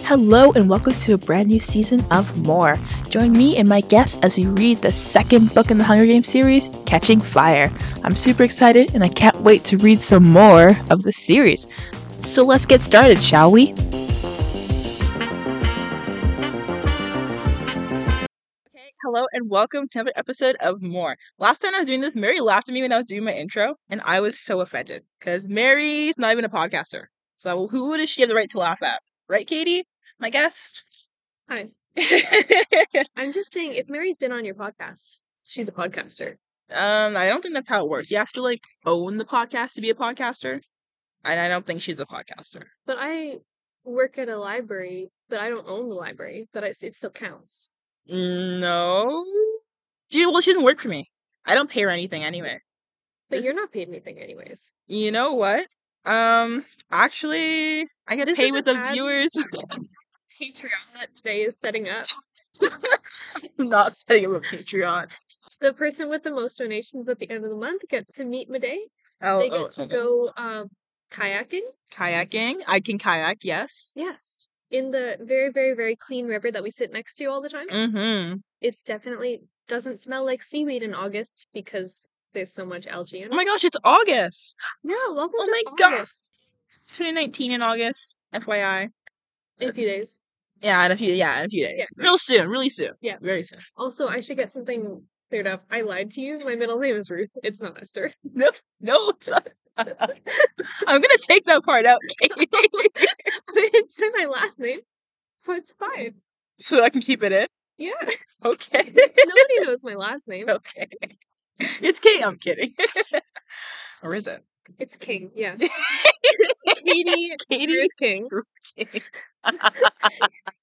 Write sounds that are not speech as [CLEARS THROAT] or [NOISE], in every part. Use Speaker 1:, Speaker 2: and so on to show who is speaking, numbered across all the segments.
Speaker 1: Hello, and welcome to a brand new season of More. Join me and my guests as we read the second book in the Hunger Games series, Catching Fire. I'm super excited, and I can't wait to read some more of the series. So let's get started, shall we? Okay, hello and welcome to another episode of More. Last time I was doing this, Mary laughed at me when I was doing my intro, and I was so offended because Mary's not even a podcaster. So who does she have the right to laugh at? Right, Katie? My guest?
Speaker 2: Hi. I'm just saying, if Mary's been on your podcast, she's a podcaster.
Speaker 1: [LAUGHS] Um, I don't think that's how it works. You have to like own the podcast to be a podcaster, and I don't think she's a podcaster.
Speaker 2: But I work at a library, but I don't own the library, but I, it still counts.
Speaker 1: No, dude. Well, she doesn't work for me. I don't pay her anything anyway.
Speaker 2: But
Speaker 1: This-
Speaker 2: you're not paid anything, anyways.
Speaker 1: You know what? Um, actually, I get
Speaker 2: This
Speaker 1: paid
Speaker 2: is
Speaker 1: with the
Speaker 2: an ad-
Speaker 1: viewers. [LAUGHS]
Speaker 2: Patreon that today is setting up.
Speaker 1: I'm not setting up a Patreon.
Speaker 2: [LAUGHS] The person with the most donations at the end of the month gets to meet Midday.
Speaker 1: Oh,
Speaker 2: They get
Speaker 1: oh,
Speaker 2: to
Speaker 1: okay.
Speaker 2: go um, kayaking.
Speaker 1: kayaking. I can kayak. Yes.
Speaker 2: Yes. In the very, very, very clean river that we sit next to all the time.
Speaker 1: Mm-hmm.
Speaker 2: It's definitely doesn't smell like seaweed in August because there's so much algae in it.
Speaker 1: Oh my gosh! It's August.
Speaker 2: No, welcome
Speaker 1: Oh
Speaker 2: to
Speaker 1: my
Speaker 2: August.
Speaker 1: gosh. 2019 in August. FYI.
Speaker 2: In a few days.
Speaker 1: Yeah, in a few. Yeah, in a few days.
Speaker 2: Yeah.
Speaker 1: Real soon. Really soon.
Speaker 2: Yeah.
Speaker 1: Very soon.
Speaker 2: Also, I should get something cleared up. I lied to you. My middle name is Ruth. It's not Esther.
Speaker 1: [LAUGHS]
Speaker 2: [LAUGHS]
Speaker 1: No, no. It's not. [LAUGHS] I'm gonna take that part out, Katie,
Speaker 2: I didn't say my last name, so it's fine.
Speaker 1: [LAUGHS] so I can keep it in.
Speaker 2: Yeah, [LAUGHS]
Speaker 1: Okay. [LAUGHS]
Speaker 2: nobody knows my last name.
Speaker 1: Okay. It's Kate. I'm kidding. [LAUGHS] or is it
Speaker 2: It's King. Yeah, [LAUGHS] Katie
Speaker 1: Katie?
Speaker 2: Ruth King. [LAUGHS]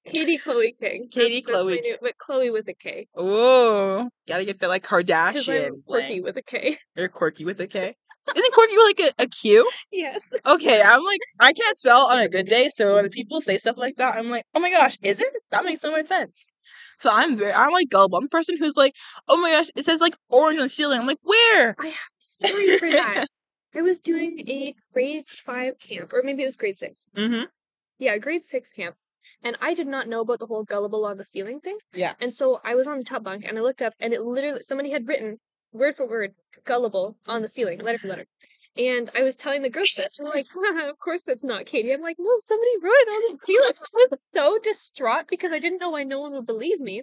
Speaker 2: Katie Chloe King.
Speaker 1: Katie
Speaker 2: That's- that's my
Speaker 1: Chloe
Speaker 2: new- but Chloe with a K.
Speaker 1: Oh, gotta get that like
Speaker 2: Because
Speaker 1: Kardashian.
Speaker 2: I'm quirky with a K. [LAUGHS]
Speaker 1: Or quirky with a K. Isn't quirky like a, a Q?
Speaker 2: [LAUGHS] Yes.
Speaker 1: Okay, I'm like I can't spell on a good day, so when people say stuff like that, I'm like, oh my gosh, is it? That makes so much sense. So I'm very, I'm like gullible. I'm the person who's like, oh my gosh, it says like orange on the ceiling. I'm like, where?
Speaker 2: I have a story for that. I was doing a grade five camp, or maybe it was grade six. [LAUGHS]
Speaker 1: Mm-hmm.
Speaker 2: Yeah, grade six camp. And I did not know about the whole gullible on the ceiling thing.
Speaker 1: Yeah.
Speaker 2: And so I was on the top bunk and I looked up and it literally somebody had written word for word gullible on the ceiling, letter for letter. And I was telling the girls this. and They're like, Haha, of course that's not Katie. I'm like, no, somebody wrote it on the ceiling. I was so distraught because I didn't know why no one would believe me.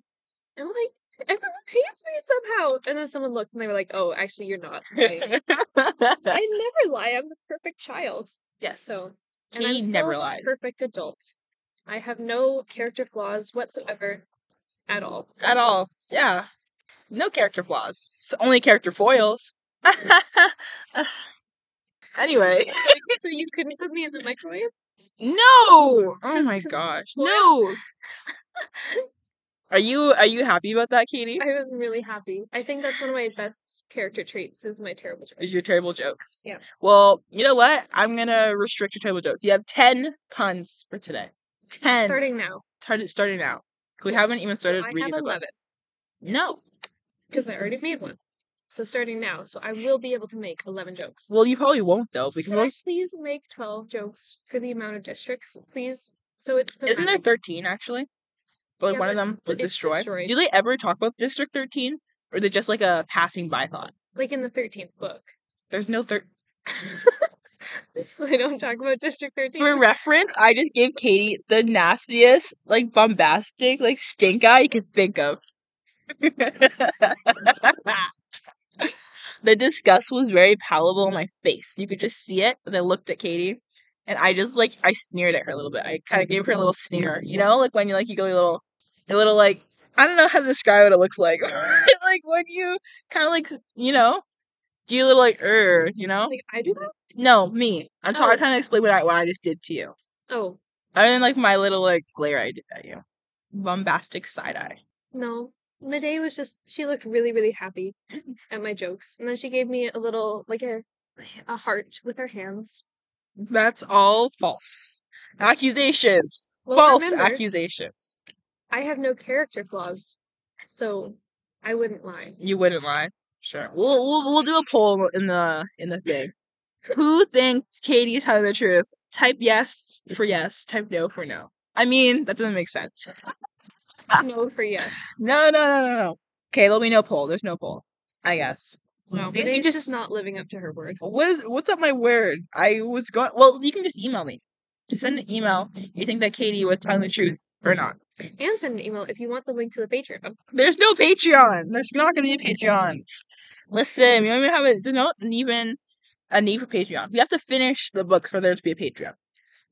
Speaker 2: And I'm like, everyone hates me somehow. And then someone looked and they were like, oh, actually, you're not. I,
Speaker 1: [LAUGHS]
Speaker 2: I never lie. I'm the perfect child.
Speaker 1: yes.
Speaker 2: So
Speaker 1: He never lies.
Speaker 2: Perfect adult. I have no character flaws whatsoever, at all.
Speaker 1: [LAUGHS] At all. Yeah. No character flaws. So only character foils. [LAUGHS] anyway.
Speaker 2: [LAUGHS] so you couldn't put me in the microwave.
Speaker 1: No. Oh
Speaker 2: Because-
Speaker 1: my
Speaker 2: 'cause
Speaker 1: gosh.
Speaker 2: it's foil. [LAUGHS]
Speaker 1: No. Are you are you happy about that, Katie?
Speaker 2: I was really happy. I think that's one of my best character traits is my terrible jokes.
Speaker 1: Your terrible jokes.
Speaker 2: Yeah.
Speaker 1: Well, you know what? I'm gonna restrict your terrible jokes. You have ten puns for today. Ten.
Speaker 2: starting now.
Speaker 1: Started starting out. We haven't even
Speaker 2: So
Speaker 1: started
Speaker 2: I
Speaker 1: reading
Speaker 2: have
Speaker 1: the book.
Speaker 2: eleven
Speaker 1: No.
Speaker 2: because I already made one. So starting now, so I will be able to make eleven jokes.
Speaker 1: Well, you probably won't though. If we can.
Speaker 2: Can I
Speaker 1: only-
Speaker 2: please make twelve jokes for the amount of districts, please? So it's the
Speaker 1: Isn't there
Speaker 2: round.
Speaker 1: thirteen actually? But
Speaker 2: Yeah,
Speaker 1: one of
Speaker 2: but
Speaker 1: them was
Speaker 2: it's
Speaker 1: destroyed.
Speaker 2: destroyed.
Speaker 1: Do they ever talk about District Thirteen, or is it just like a passing by thought?
Speaker 2: like in the thirteenth book.
Speaker 1: There's no third.
Speaker 2: [LAUGHS] so I don't talk about District Thirteen.
Speaker 1: For reference, I just gave Katie the nastiest, like bombastic, like stink eye you could think of. the disgust was very palpable on my face. You could just see it as I looked at Katie, and I just like I sneered at her a little bit. I kind of gave her a little sneer, you know, like when you like you go a little, a little like I don't know how to describe what it looks like. [LAUGHS] like when you kind of like you know, do you a little like er, you know?
Speaker 2: Like I do that?
Speaker 1: No, me. I'm
Speaker 2: Oh.
Speaker 1: trying trying to explain what I what I just did to you.
Speaker 2: Oh
Speaker 1: I didn't like my little like glare I did at you. Bombastic side eye.
Speaker 2: no. Midday was just she looked really, really
Speaker 1: [CLEARS THROAT]
Speaker 2: happy at my jokes. And then she gave me a little like a a heart with her hands.
Speaker 1: That's all false. Accusations.
Speaker 2: Well,
Speaker 1: false
Speaker 2: remember-
Speaker 1: accusations.
Speaker 2: I have no character flaws, so I wouldn't lie.
Speaker 1: You wouldn't lie. Sure. We'll we'll we'll do a poll in the in the
Speaker 2: [LAUGHS]
Speaker 1: thing. Who thinks Katie's telling the truth? Type yes for yes. Type no for no. I mean, that doesn't make sense.
Speaker 2: No
Speaker 1: [LAUGHS]
Speaker 2: for yes.
Speaker 1: No, no, no, no, no. Okay, there'll be no poll. There's no poll. I guess.
Speaker 2: No, but
Speaker 1: Maybe
Speaker 2: Nate's just
Speaker 1: just-
Speaker 2: not living up to her word.
Speaker 1: What is what's up my word? I was going well, you can just email me. Just send an email. You think that Katie was telling the truth or not.
Speaker 2: And send an email if you want the link to the Patreon.
Speaker 1: There's no Patreon. There's not gonna be a Patreon. Listen, we don't even have a there's not even a need for Patreon. We have to finish the books for there to be a Patreon.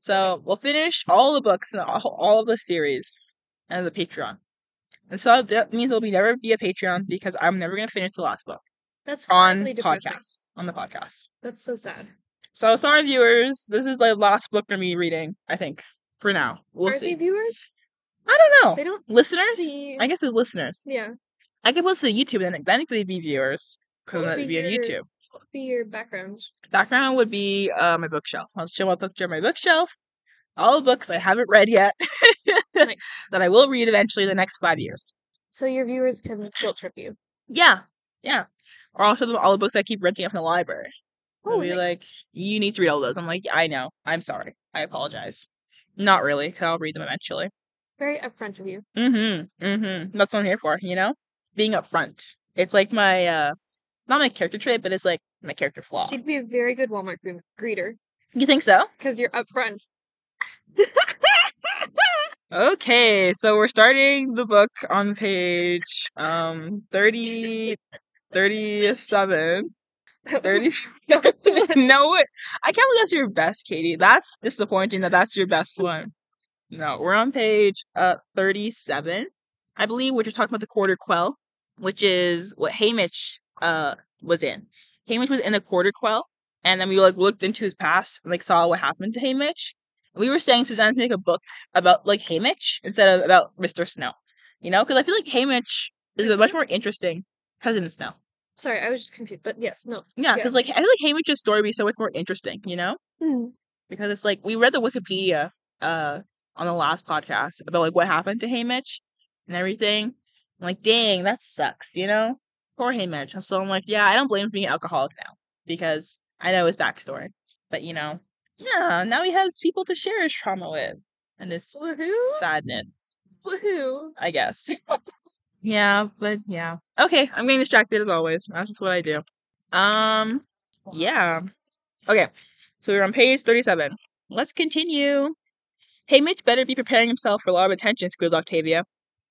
Speaker 1: So we'll finish all the books and all, all of the series as a Patreon. And so that means there'll be never be a Patreon because I'm never gonna finish the last book
Speaker 2: That's
Speaker 1: on
Speaker 2: really depressing.
Speaker 1: podcast. On the podcast.
Speaker 2: That's so sad.
Speaker 1: So sorry, viewers. This is the last book I'm gonna be reading. I think for now, we'll
Speaker 2: Are
Speaker 1: see.
Speaker 2: they viewers?
Speaker 1: I don't
Speaker 2: They
Speaker 1: know.
Speaker 2: don't
Speaker 1: Listeners,
Speaker 2: see.
Speaker 1: I guess it's listeners.
Speaker 2: Yeah,
Speaker 1: I could post to YouTube, and then technically be viewers
Speaker 2: What
Speaker 1: because
Speaker 2: would
Speaker 1: that'd
Speaker 2: be
Speaker 1: be on
Speaker 2: your-
Speaker 1: YouTube.
Speaker 2: see your background.
Speaker 1: Background would be uh, my bookshelf. I'll show a picture of my bookshelf. All the books I haven't read yet [LAUGHS]
Speaker 2: Nice.
Speaker 1: that I will read eventually the next five years.
Speaker 2: So your viewers can guilt trip you.
Speaker 1: Yeah, yeah. Or I'll show them all the books I keep renting up in the library. They'll
Speaker 2: Oh,
Speaker 1: be
Speaker 2: nice.
Speaker 1: like, "You need to read all those." I'm like, "I know. I'm sorry. I apologize." Not really, because I'll read them eventually.
Speaker 2: very upfront of you.
Speaker 1: Mm-hmm. Mm-hmm. That's what I'm here for, you know? Being upfront. It's like my uh not my character trait, but it's like my character flaw.
Speaker 2: She'd be a very good Walmart gre- greeter
Speaker 1: You think so?
Speaker 2: because you're upfront. [LAUGHS]
Speaker 1: Okay, so we're starting the book on page um 30 [LAUGHS] 37
Speaker 2: That was [LAUGHS]
Speaker 1: 30 [LAUGHS] No, it- I can't believe that's your best, Katie. That's disappointing that that's your best one. No, we're on page uh 37, I believe, which is talking about the quarter quell, which is what Hamish uh was in. Hamish was in the quarter quell, and then we like looked into his past and like saw what happened to Hamish. We were saying Suzanne to make a book about like Hamish instead of about Mr. Snow, you know, because I feel like Hamish is a much more interesting President Snow.
Speaker 2: Sorry, I was just confused. But yes, no.
Speaker 1: Yeah,
Speaker 2: Yeah.
Speaker 1: because like I feel like Hamish's story would be so much more interesting, you know? because it's like we read the Wikipedia uh on the last podcast about like what happened to Haymitch and everything. I'm like, dang, that sucks, you know? Poor Haymitch. And So I'm like, yeah, I don't blame him for being an alcoholic now because I know his backstory. But you know, yeah, now he has people to share his trauma with and his
Speaker 2: Woohoo!
Speaker 1: sadness,
Speaker 2: Woohoo!
Speaker 1: I guess. yeah, but yeah. Okay, I'm getting distracted as always. That's just what I do. Um yeah. Okay. So we're on page 37. Let's continue. Haymitch better be preparing himself for a lot of attention, squealed Octavia.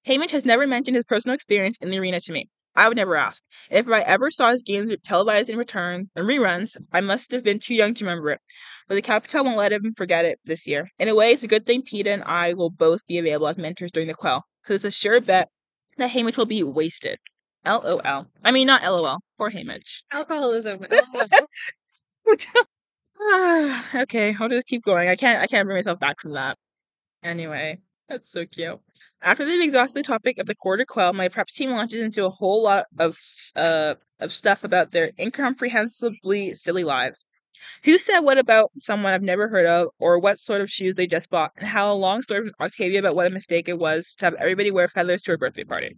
Speaker 1: Haymitch has never mentioned his personal experience in the arena to me. I would never ask. If I ever saw his games televised in return and reruns, I must have been too young to remember it. But the Capitol won't let him forget it this year. In a way, it's a good thing PETA and I will both be available as mentors during the quell, because it's a sure bet that Haymitch will be wasted. LOL. I mean, not LOL. Poor Haymitch.
Speaker 2: [LAUGHS] Alcoholism.
Speaker 1: Which- Ah, [SIGHS] okay, I'll just keep going. I can't I can't bring myself back from that. Anyway, that's so cute. After they've exhausted the topic of the quarter quell, my prep team launches into a whole lot of s- uh of stuff about their incomprehensibly silly lives. Who said what about someone I've never heard of, or what sort of shoes they just bought, and how a long story from Octavia about what a mistake it was to have everybody wear feathers to her birthday party.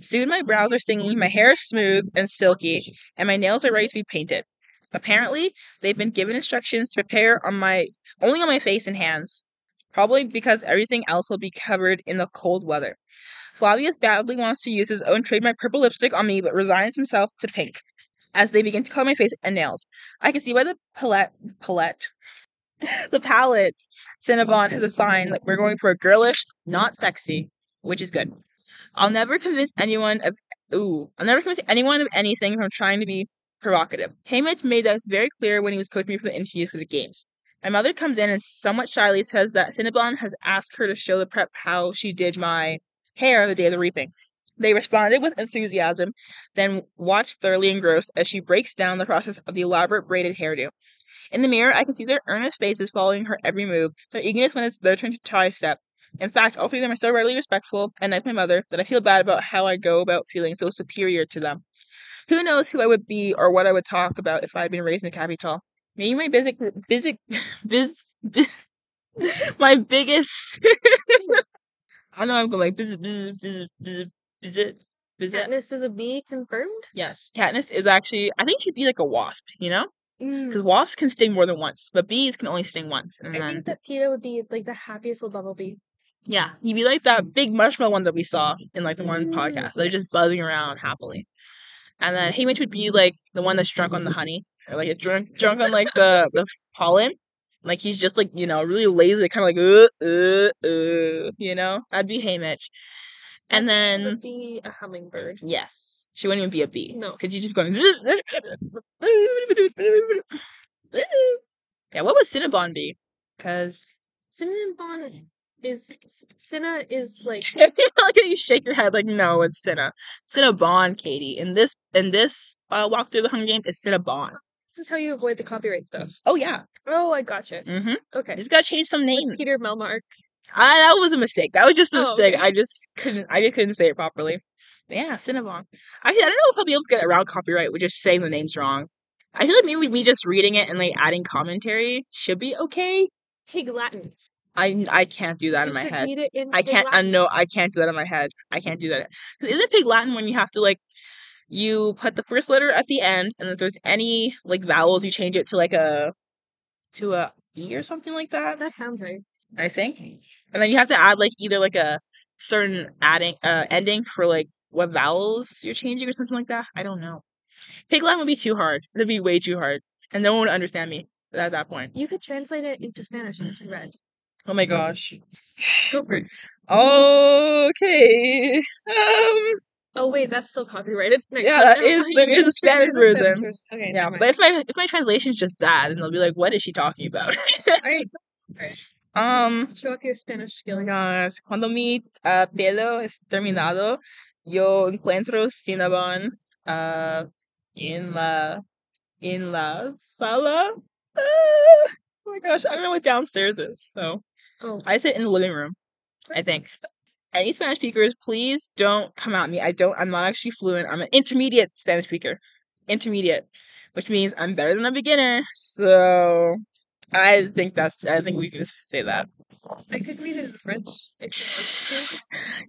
Speaker 1: Soon my brows are stinging, my hair is smooth and silky, and my nails are ready to be painted. Apparently, they've been given instructions to prepare on my only on my face and hands, probably because everything else will be covered in the cold weather. Flavius badly wants to use his own trademark purple lipstick on me, but resigns himself to pink as they begin to color my face and nails. I can see why the palette, palette, [LAUGHS] the palette Cinnabon is a sign that we're going for a girlish, not sexy, which is good. I'll never convince anyone of ooh, I'll never convince anyone of anything if I'm trying to be provocative. Haymitch made that very clear when he was coaching me for the interviews for the games. My mother comes in and somewhat shyly says that Cinnabon has asked her to show the prep how she did my hair the day of the reaping. They responded with enthusiasm, then watched thoroughly engrossed as she breaks down the process of the elaborate braided hairdo. In the mirror, I can see their earnest faces following her every move, their eagerness when it's their turn to try a step. In fact, all three of them are so readily respectful, and like my mother, that I feel bad about how I go about feeling so superior to them. Who knows who I would be or what I would talk about if I had been raised in the capital? Maybe my busy, busy, [LAUGHS] biz, biz, [LAUGHS] my biggest. [LAUGHS] I know I'm going like biz, biz, biz, biz, biz, biz.
Speaker 2: Katniss is a bee confirmed?
Speaker 1: Yes, Katniss is actually. I think she'd be like a wasp, you know, Because wasps can sting more than once, but bees can only sting once. And
Speaker 2: Hmm. Mm. I
Speaker 1: then,
Speaker 2: think that Peter would be like the happiest little bumblebee.
Speaker 1: yeah, you'd be like that big marshmallow one that we saw in like the one
Speaker 2: Mm,
Speaker 1: podcast. They're just
Speaker 2: Hmm. yes.
Speaker 1: buzzing around happily. And then Haymitch would be like the one that's drunk on the honey, or like it's drunk drunk on like the the pollen. Like he's just like you know really lazy, kind of like uh, uh, uh, you know. That'd be Haymitch. And
Speaker 2: It
Speaker 1: then
Speaker 2: would be a hummingbird.
Speaker 1: Yes. She wouldn't even be a bee.
Speaker 2: No.
Speaker 1: Because you just [LAUGHS] going. yeah, what would Cinnabon be? [LAUGHS] Because.
Speaker 2: Cinnamon bon is c- Cinna is like
Speaker 1: like you shake your head like no, it's Cinna. Cinnabon, Katie. In this in this uh, walk through the Hunger Games, it's Cinnabon.
Speaker 2: this is how you avoid the copyright stuff.
Speaker 1: Oh yeah.
Speaker 2: Oh, I gotcha.
Speaker 1: Mm-hmm.
Speaker 2: Okay.
Speaker 1: Just gotta change some
Speaker 2: With
Speaker 1: names.
Speaker 2: Peter Melmark.
Speaker 1: I, that was a mistake. That was just a
Speaker 2: Oh,
Speaker 1: mistake.
Speaker 2: okay.
Speaker 1: I just couldn't. I just couldn't say it properly. But yeah, Cinnabon. Actually, I don't know if I'll be able to get around copyright with just saying the names wrong. I feel like maybe me just reading it and like adding commentary should be okay.
Speaker 2: Pig Latin.
Speaker 1: I I can't do that
Speaker 2: You
Speaker 1: in my
Speaker 2: should
Speaker 1: head.
Speaker 2: read it in
Speaker 1: I
Speaker 2: Pig
Speaker 1: can't. I
Speaker 2: Latin.
Speaker 1: know I can't do that in my head. I can't do that. 'Cause Isn't Pig Latin when you have to like you put the first letter at the end, and if there's any like vowels, you change it to like a to a e or something like that.
Speaker 2: Oh, That sounds right.
Speaker 1: I think. And then you have to add like either like a certain adding uh ending for like what vowels you're changing or something like that. I don't know. Pig Latin would be too hard. That'd be way too hard. And no one would understand me at that point.
Speaker 2: You could translate it into Spanish and it's red.
Speaker 1: Oh my gosh.
Speaker 2: Go for it.
Speaker 1: Okay. Um
Speaker 2: Oh wait, that's still copyrighted. Next
Speaker 1: Yeah,
Speaker 2: one.
Speaker 1: that
Speaker 2: Never
Speaker 1: is-
Speaker 2: mind.
Speaker 1: there is a
Speaker 2: There's-
Speaker 1: Spanish
Speaker 2: there's a
Speaker 1: version.
Speaker 2: version. Okay,
Speaker 1: yeah,
Speaker 2: never
Speaker 1: but
Speaker 2: mind.
Speaker 1: if my if my translation's just bad and they'll be like, what is she talking about?
Speaker 2: All right, Alright.
Speaker 1: [LAUGHS] um
Speaker 2: show off your Spanish
Speaker 1: Oh my
Speaker 2: skills.
Speaker 1: gosh. Cuando mi ah, pelo es terminado, yo encuentro Cinnabon ah, en la en la sala. Ah, oh my gosh, I don't know what downstairs is. So
Speaker 2: Oh,
Speaker 1: I sit in the living room, I think. Any Spanish speakers, please don't come at me. I don't I'm not actually fluent. I'm an intermediate Spanish speaker. Intermediate. Which means I'm better than a beginner. So I think that's I think we can just say that.
Speaker 2: I could read it in French if you want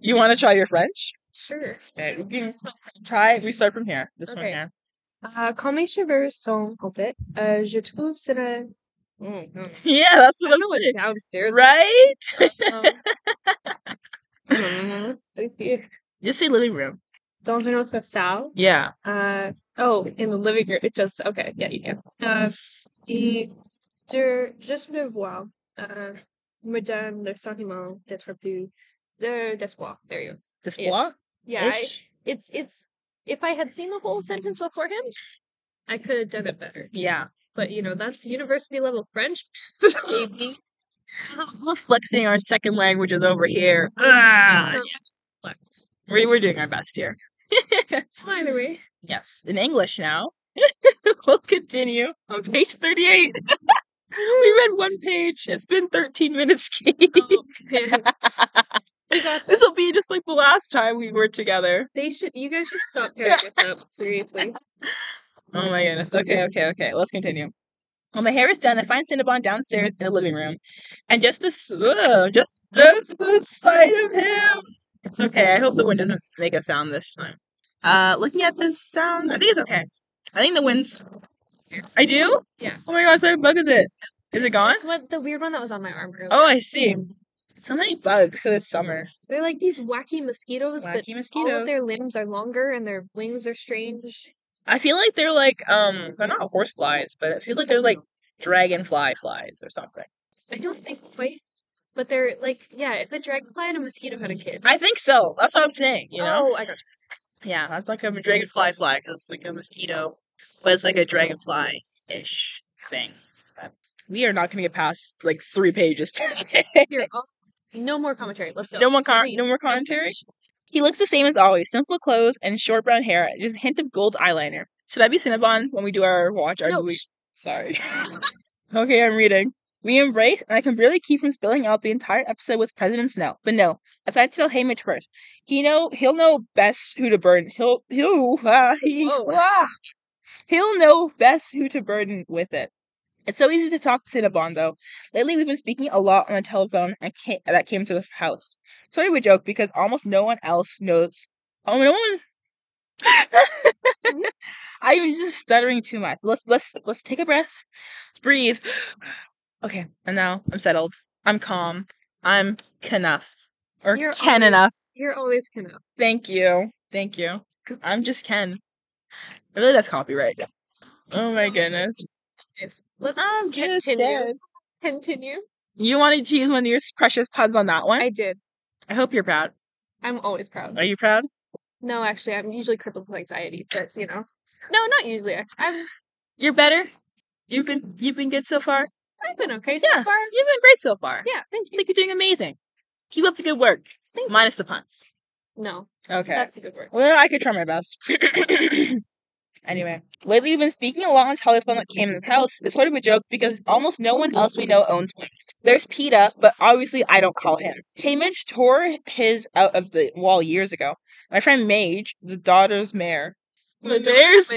Speaker 1: [LAUGHS] You want to try your French?
Speaker 2: to. Sure.
Speaker 1: Okay, we can try. We start from here. This one
Speaker 2: Okay.
Speaker 1: here. [LAUGHS]
Speaker 2: Uh, quand mes cheveux sont complets, euh, je trouve cela. Oh,
Speaker 1: [LAUGHS]
Speaker 2: no.
Speaker 1: Yeah, that's what
Speaker 2: I don't
Speaker 1: I'm
Speaker 2: know what
Speaker 1: saying.
Speaker 2: downstairs.
Speaker 1: Right? [LAUGHS]
Speaker 2: Um,
Speaker 1: Just say living room.
Speaker 2: dans une autre salle.
Speaker 1: Yeah.
Speaker 2: Uh, oh, in the living room. It just okay. Yeah, you can. Uh, et de juste me voir uh, me donne le sentiment d'être plus de d'espoir. There you go.
Speaker 1: This
Speaker 2: Ish.
Speaker 1: block?
Speaker 2: Yeah, I,
Speaker 1: Ish?
Speaker 2: it's it's. If I had seen the whole sentence beforehand, I could have done it better. [LAUGHS]
Speaker 1: Yeah.
Speaker 2: But you know, that's university level French, [LAUGHS] baby.
Speaker 1: We're flexing our second languages over here. Ah,
Speaker 2: Not complex.
Speaker 1: we, we're doing our best here.
Speaker 2: Well,
Speaker 1: [LAUGHS]
Speaker 2: either way,
Speaker 1: yes, in English now. [LAUGHS] we'll continue on page 38. [LAUGHS]
Speaker 2: [LAUGHS]
Speaker 1: we read one page. It's been 13 minutes, Katie.
Speaker 2: oh, we got
Speaker 1: [LAUGHS] This will be just like the last time we were together.
Speaker 2: They should. You guys should stop pairing us up. Seriously.
Speaker 1: Oh my goodness. Okay, okay, okay. Let's continue. When my hair is done, I find Cinnabon downstairs in the living room, and just this, ugh, just just the sight of him. It's okay. I hope the wind doesn't make a sound this time. Uh, looking at this sound, I think it's okay. I think the wind's. I do.
Speaker 2: Yeah.
Speaker 1: Oh my gosh, what bug is it? Is it gone?
Speaker 2: That's what the weird one that was on my arm. earlier.
Speaker 1: Oh, I see. So many bugs because it's summer.
Speaker 2: They're like these wacky mosquitoes, but
Speaker 1: Wacky
Speaker 2: all
Speaker 1: mosquito.
Speaker 2: of their limbs are longer and their wings are strange.
Speaker 1: I feel like they're like um, they're not horse flies, but I feel like they're like dragonfly flies or something.
Speaker 2: I don't think quite, but they're like yeah. If a dragonfly and a mosquito had a kid,
Speaker 1: I think so. That's what I'm saying. You know.
Speaker 2: Oh, I got
Speaker 1: Yeah, that's like a dragonfly fly. 'cause It's like a mosquito, but it's like a dragonfly ish thing. But We are not going to get past like [LAUGHS] three pages today.
Speaker 2: you. Here,
Speaker 1: [LAUGHS]
Speaker 2: I'll- no more commentary. Let's go.
Speaker 1: no more car-
Speaker 2: Read.
Speaker 1: no more commentary. He looks the same as always: simple clothes and short brown hair, just a hint of gold eyeliner. Should I be Cinnabon when we do our watch? Our
Speaker 2: No,
Speaker 1: movie?
Speaker 2: sh-
Speaker 1: Sorry. [LAUGHS] okay, I'm reading. We embrace, and I can barely keep from spilling out the entire episode with President Snow. But no, I decided to tell Haymitch first. He know he'll know best who to burn. He'll he'll [LAUGHS] ah, he,
Speaker 2: Whoa.
Speaker 1: ah. He'll know best who to burden with it. It's so easy to talk to Cinnabon, though. Lately, we've been speaking a lot on the telephone and came, that came to the house. Sorry, we joke because almost no one else knows. Oh, no one. I'm just stuttering too much. Let's let's let's take a breath. Let's breathe. [SIGHS] Okay, and now I'm settled. I'm calm. I'm enough. Or Ken enough.
Speaker 2: always- You're always can enough.
Speaker 1: Thank you. Thank you. Cause I'm just Ken. Really that's copyright. Oh my goodness.
Speaker 2: Nice. Let's
Speaker 1: I'm just
Speaker 2: continue.
Speaker 1: Ken.
Speaker 2: Continue.
Speaker 1: You wanted to use one of your precious puns on that one?
Speaker 2: I
Speaker 1: I,
Speaker 2: did.
Speaker 1: hope you're proud.
Speaker 2: I'm always proud.
Speaker 1: Are you proud?
Speaker 2: No, actually, I'm usually crippled with anxiety, but you know, no, not usually. I'm
Speaker 1: You're better? You've been you've been good so far?
Speaker 2: I've been okay so
Speaker 1: Yeah.
Speaker 2: far.
Speaker 1: You've been great so far.
Speaker 2: Yeah,
Speaker 1: I
Speaker 2: thank you.
Speaker 1: think you're doing amazing. Keep up the good work. Minus the puns.
Speaker 2: No,
Speaker 1: Okay.
Speaker 2: that's a good word.
Speaker 1: Well, I could try my best. [COUGHS] anyway, lately we've been speaking a lot on telephone that came in the house. It's sort of a joke because almost no one else we know owns one. There's PETA, but obviously I don't call him. Hamish tore his out of the wall years ago. My friend Mage, the daughter's mayor.
Speaker 2: The
Speaker 1: The,
Speaker 2: daughter's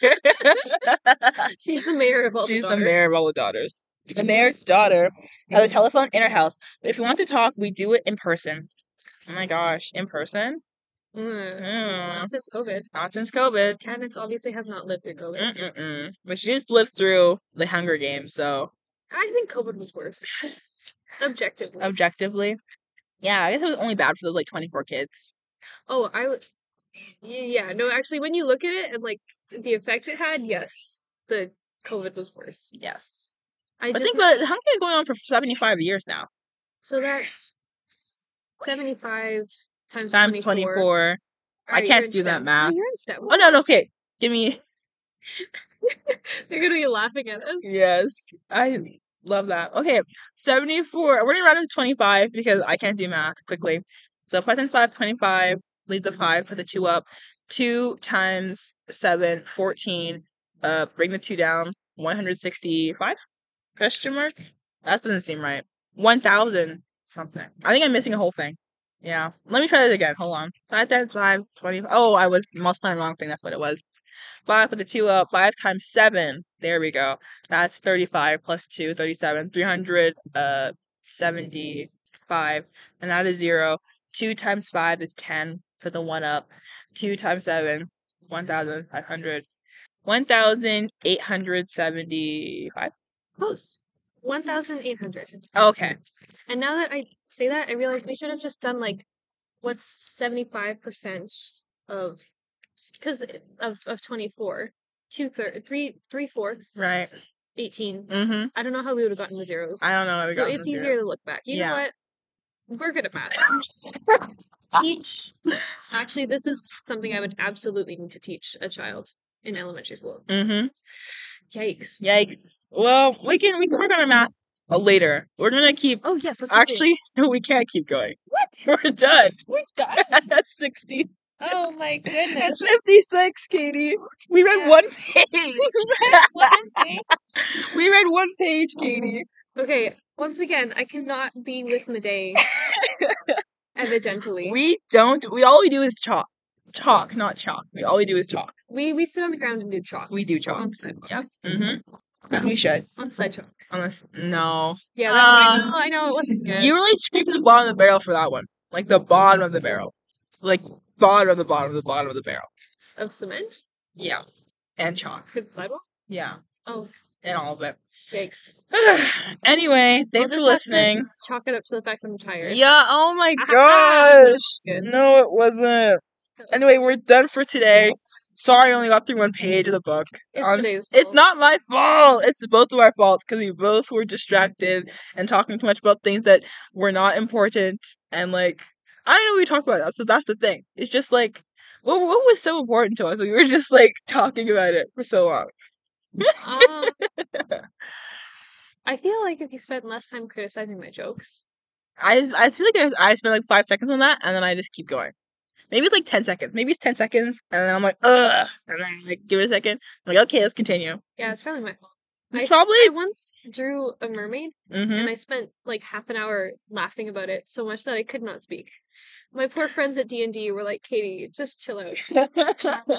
Speaker 1: mayor's
Speaker 2: mayor?
Speaker 1: daughter.
Speaker 2: [LAUGHS] She's the mayor of all
Speaker 1: She's
Speaker 2: the
Speaker 1: the
Speaker 2: daughters.
Speaker 1: mayor of all the daughters. The mayor's daughter has a telephone in her house, but if we want to talk, we do it in person. Oh my gosh, in person?
Speaker 2: Mm.
Speaker 1: Mm.
Speaker 2: Not since COVID.
Speaker 1: Not since COVID.
Speaker 2: Candace obviously has not lived through COVID.
Speaker 1: Mm. Mm-mm-mm. But she just lived through the Hunger Games, so [LAUGHS]
Speaker 2: I think COVID was worse, objectively.
Speaker 1: objectively, yeah, I guess it was only bad for the like twenty four kids.
Speaker 2: oh, I would. Yeah, no, actually, when you look at it and like the effect it had, yes, the COVID was worse.
Speaker 1: Yes,
Speaker 2: I
Speaker 1: I
Speaker 2: just
Speaker 1: think about it, Hunger Games going on for seventy five years now.
Speaker 2: so that's seventy five times
Speaker 1: Times twenty four. I can't
Speaker 2: Alright, you're in
Speaker 1: do that
Speaker 2: STEM. No,
Speaker 1: math.
Speaker 2: [LAUGHS] you're in STEM.
Speaker 1: Oh no, no, okay, give me
Speaker 2: They're gonna be laughing at us.
Speaker 1: yes. I love that. Okay, seventy four. We're gonna round it to twenty five because I can't do math quickly. So five times five, 25. Leave the five, put the two up. Two times seven, 14. Uh, bring the two down. One hundred sixty-five? Question mark. That doesn't seem right. One thousand something. I think I'm missing a whole thing. Yeah. Let me try that again. Hold on. Five times five, 20. Oh, I was multiplying the wrong thing. That's what it was. Five, put the two up. Five times seven. There we go. That's 35 plus 2, 37, 375. uh, And that is 0. 2 times 5 is 10. Put the 1 up. 2 times 7, 1,500. 1,875.
Speaker 2: Close. One thousand eight hundred.
Speaker 1: Okay.
Speaker 2: And now that I say that, I realize we should have just done like what's seventy five percent of because of of twenty four, two third, three three fourths,
Speaker 1: Right.
Speaker 2: is eighteen.
Speaker 1: Mm-hmm.
Speaker 2: I don't know how we would have gotten the zeros.
Speaker 1: I don't know.
Speaker 2: so it's easier to look back. You know
Speaker 1: Yeah.
Speaker 2: what? We're good
Speaker 1: [LAUGHS]
Speaker 2: at math. teach. Actually, this is something I would absolutely need to teach a child in elementary school.
Speaker 1: Mm-hmm.
Speaker 2: Yikes.
Speaker 1: Yikes. Well, we can we can work on our math uh, later. We're gonna keep.
Speaker 2: Oh yes, let's
Speaker 1: Actually, [LAUGHS] no, we can't keep going. What? We're done.
Speaker 2: we're done.
Speaker 1: [LAUGHS] That's sixty.
Speaker 2: [LAUGHS] Oh my
Speaker 1: That's
Speaker 2: goodness.
Speaker 1: fifty-six, Katie. We read
Speaker 2: Yeah.
Speaker 1: one page. [LAUGHS]
Speaker 2: One thing.
Speaker 1: we read one page, Katie. [LAUGHS]
Speaker 2: Okay, once again, I cannot be with Medei. evidently.
Speaker 1: We don't. We all we do is talk, talk, not chalk. We all we do is talk.
Speaker 2: We we sit on the ground and do chalk.
Speaker 1: We do chalk.
Speaker 2: on the sidewalk.
Speaker 1: Yep. Mm-hmm. We should.
Speaker 2: On the side chalk.
Speaker 1: Unless no.
Speaker 2: Yeah, that's
Speaker 1: Uh,
Speaker 2: I know. I know it wasn't as good.
Speaker 1: You really scraped the bottom of the barrel for that one. Like the bottom of the barrel. Like bottom of the bottom of the bottom of the barrel.
Speaker 2: of cement
Speaker 1: Yeah. And chalk.
Speaker 2: for the sidewalk.
Speaker 1: Yeah.
Speaker 2: Oh,
Speaker 1: And all of it. [SIGHS]
Speaker 2: yikes!
Speaker 1: anyway,
Speaker 2: We'll
Speaker 1: thanks for
Speaker 2: just have to
Speaker 1: listening.
Speaker 2: Chalk it up to the fact I'm tired.
Speaker 1: Yeah, oh my
Speaker 2: Ah,
Speaker 1: gosh.
Speaker 2: good.
Speaker 1: No, it wasn't.
Speaker 2: So-
Speaker 1: Mm-hmm. Anyway, we're done for today. Sorry I only got through one page of the book.
Speaker 2: Mm-hmm. It's
Speaker 1: Honest-
Speaker 2: Medea's
Speaker 1: um, it's
Speaker 2: fault.
Speaker 1: not my fault. It's both of our faults because we both were distracted and talking too much about things that were not important and like I don't know what we talked about. So that's the thing. It's just like what what was so important to us? We were just like [LAUGHS] talking about it for so long. [LAUGHS]
Speaker 2: Um, I feel like if you spent less time criticizing my jokes,
Speaker 1: I I feel like I, I spend like five seconds on that and then I just keep going. Maybe it's like ten seconds. Maybe it's ten seconds and then I'm like ugh, and then I like give it a second. I'm like okay, let's continue.
Speaker 2: yeah, it's probably my fault.
Speaker 1: It's
Speaker 2: I s-
Speaker 1: probably
Speaker 2: I once drew a mermaid.
Speaker 1: hmm
Speaker 2: and I spent like half an hour laughing about it so much that I could not speak. My poor friends at D and D were like, "Katie, just chill out." [LAUGHS]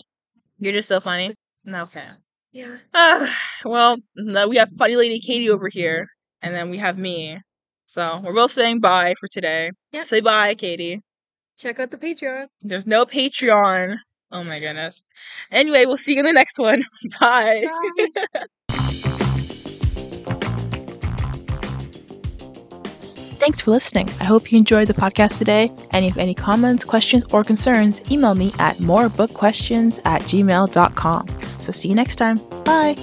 Speaker 1: You're just so funny. No okay.
Speaker 2: Yeah,
Speaker 1: Ah, well, no, we have funny lady Katie over here, and then we have me. So we're both saying bye for today.
Speaker 2: Yep.
Speaker 1: Say bye, Katie.
Speaker 2: check out the Patreon.
Speaker 1: There's no Patreon. Oh my goodness. Anyway, we'll see you in the next one. [LAUGHS] Bye.
Speaker 2: Bye.
Speaker 1: Thanks for listening. I hope you enjoyed the podcast today. And if you have any comments, questions, or concerns, email me at morebookquestions at gmail.com. So see you next time. Bye.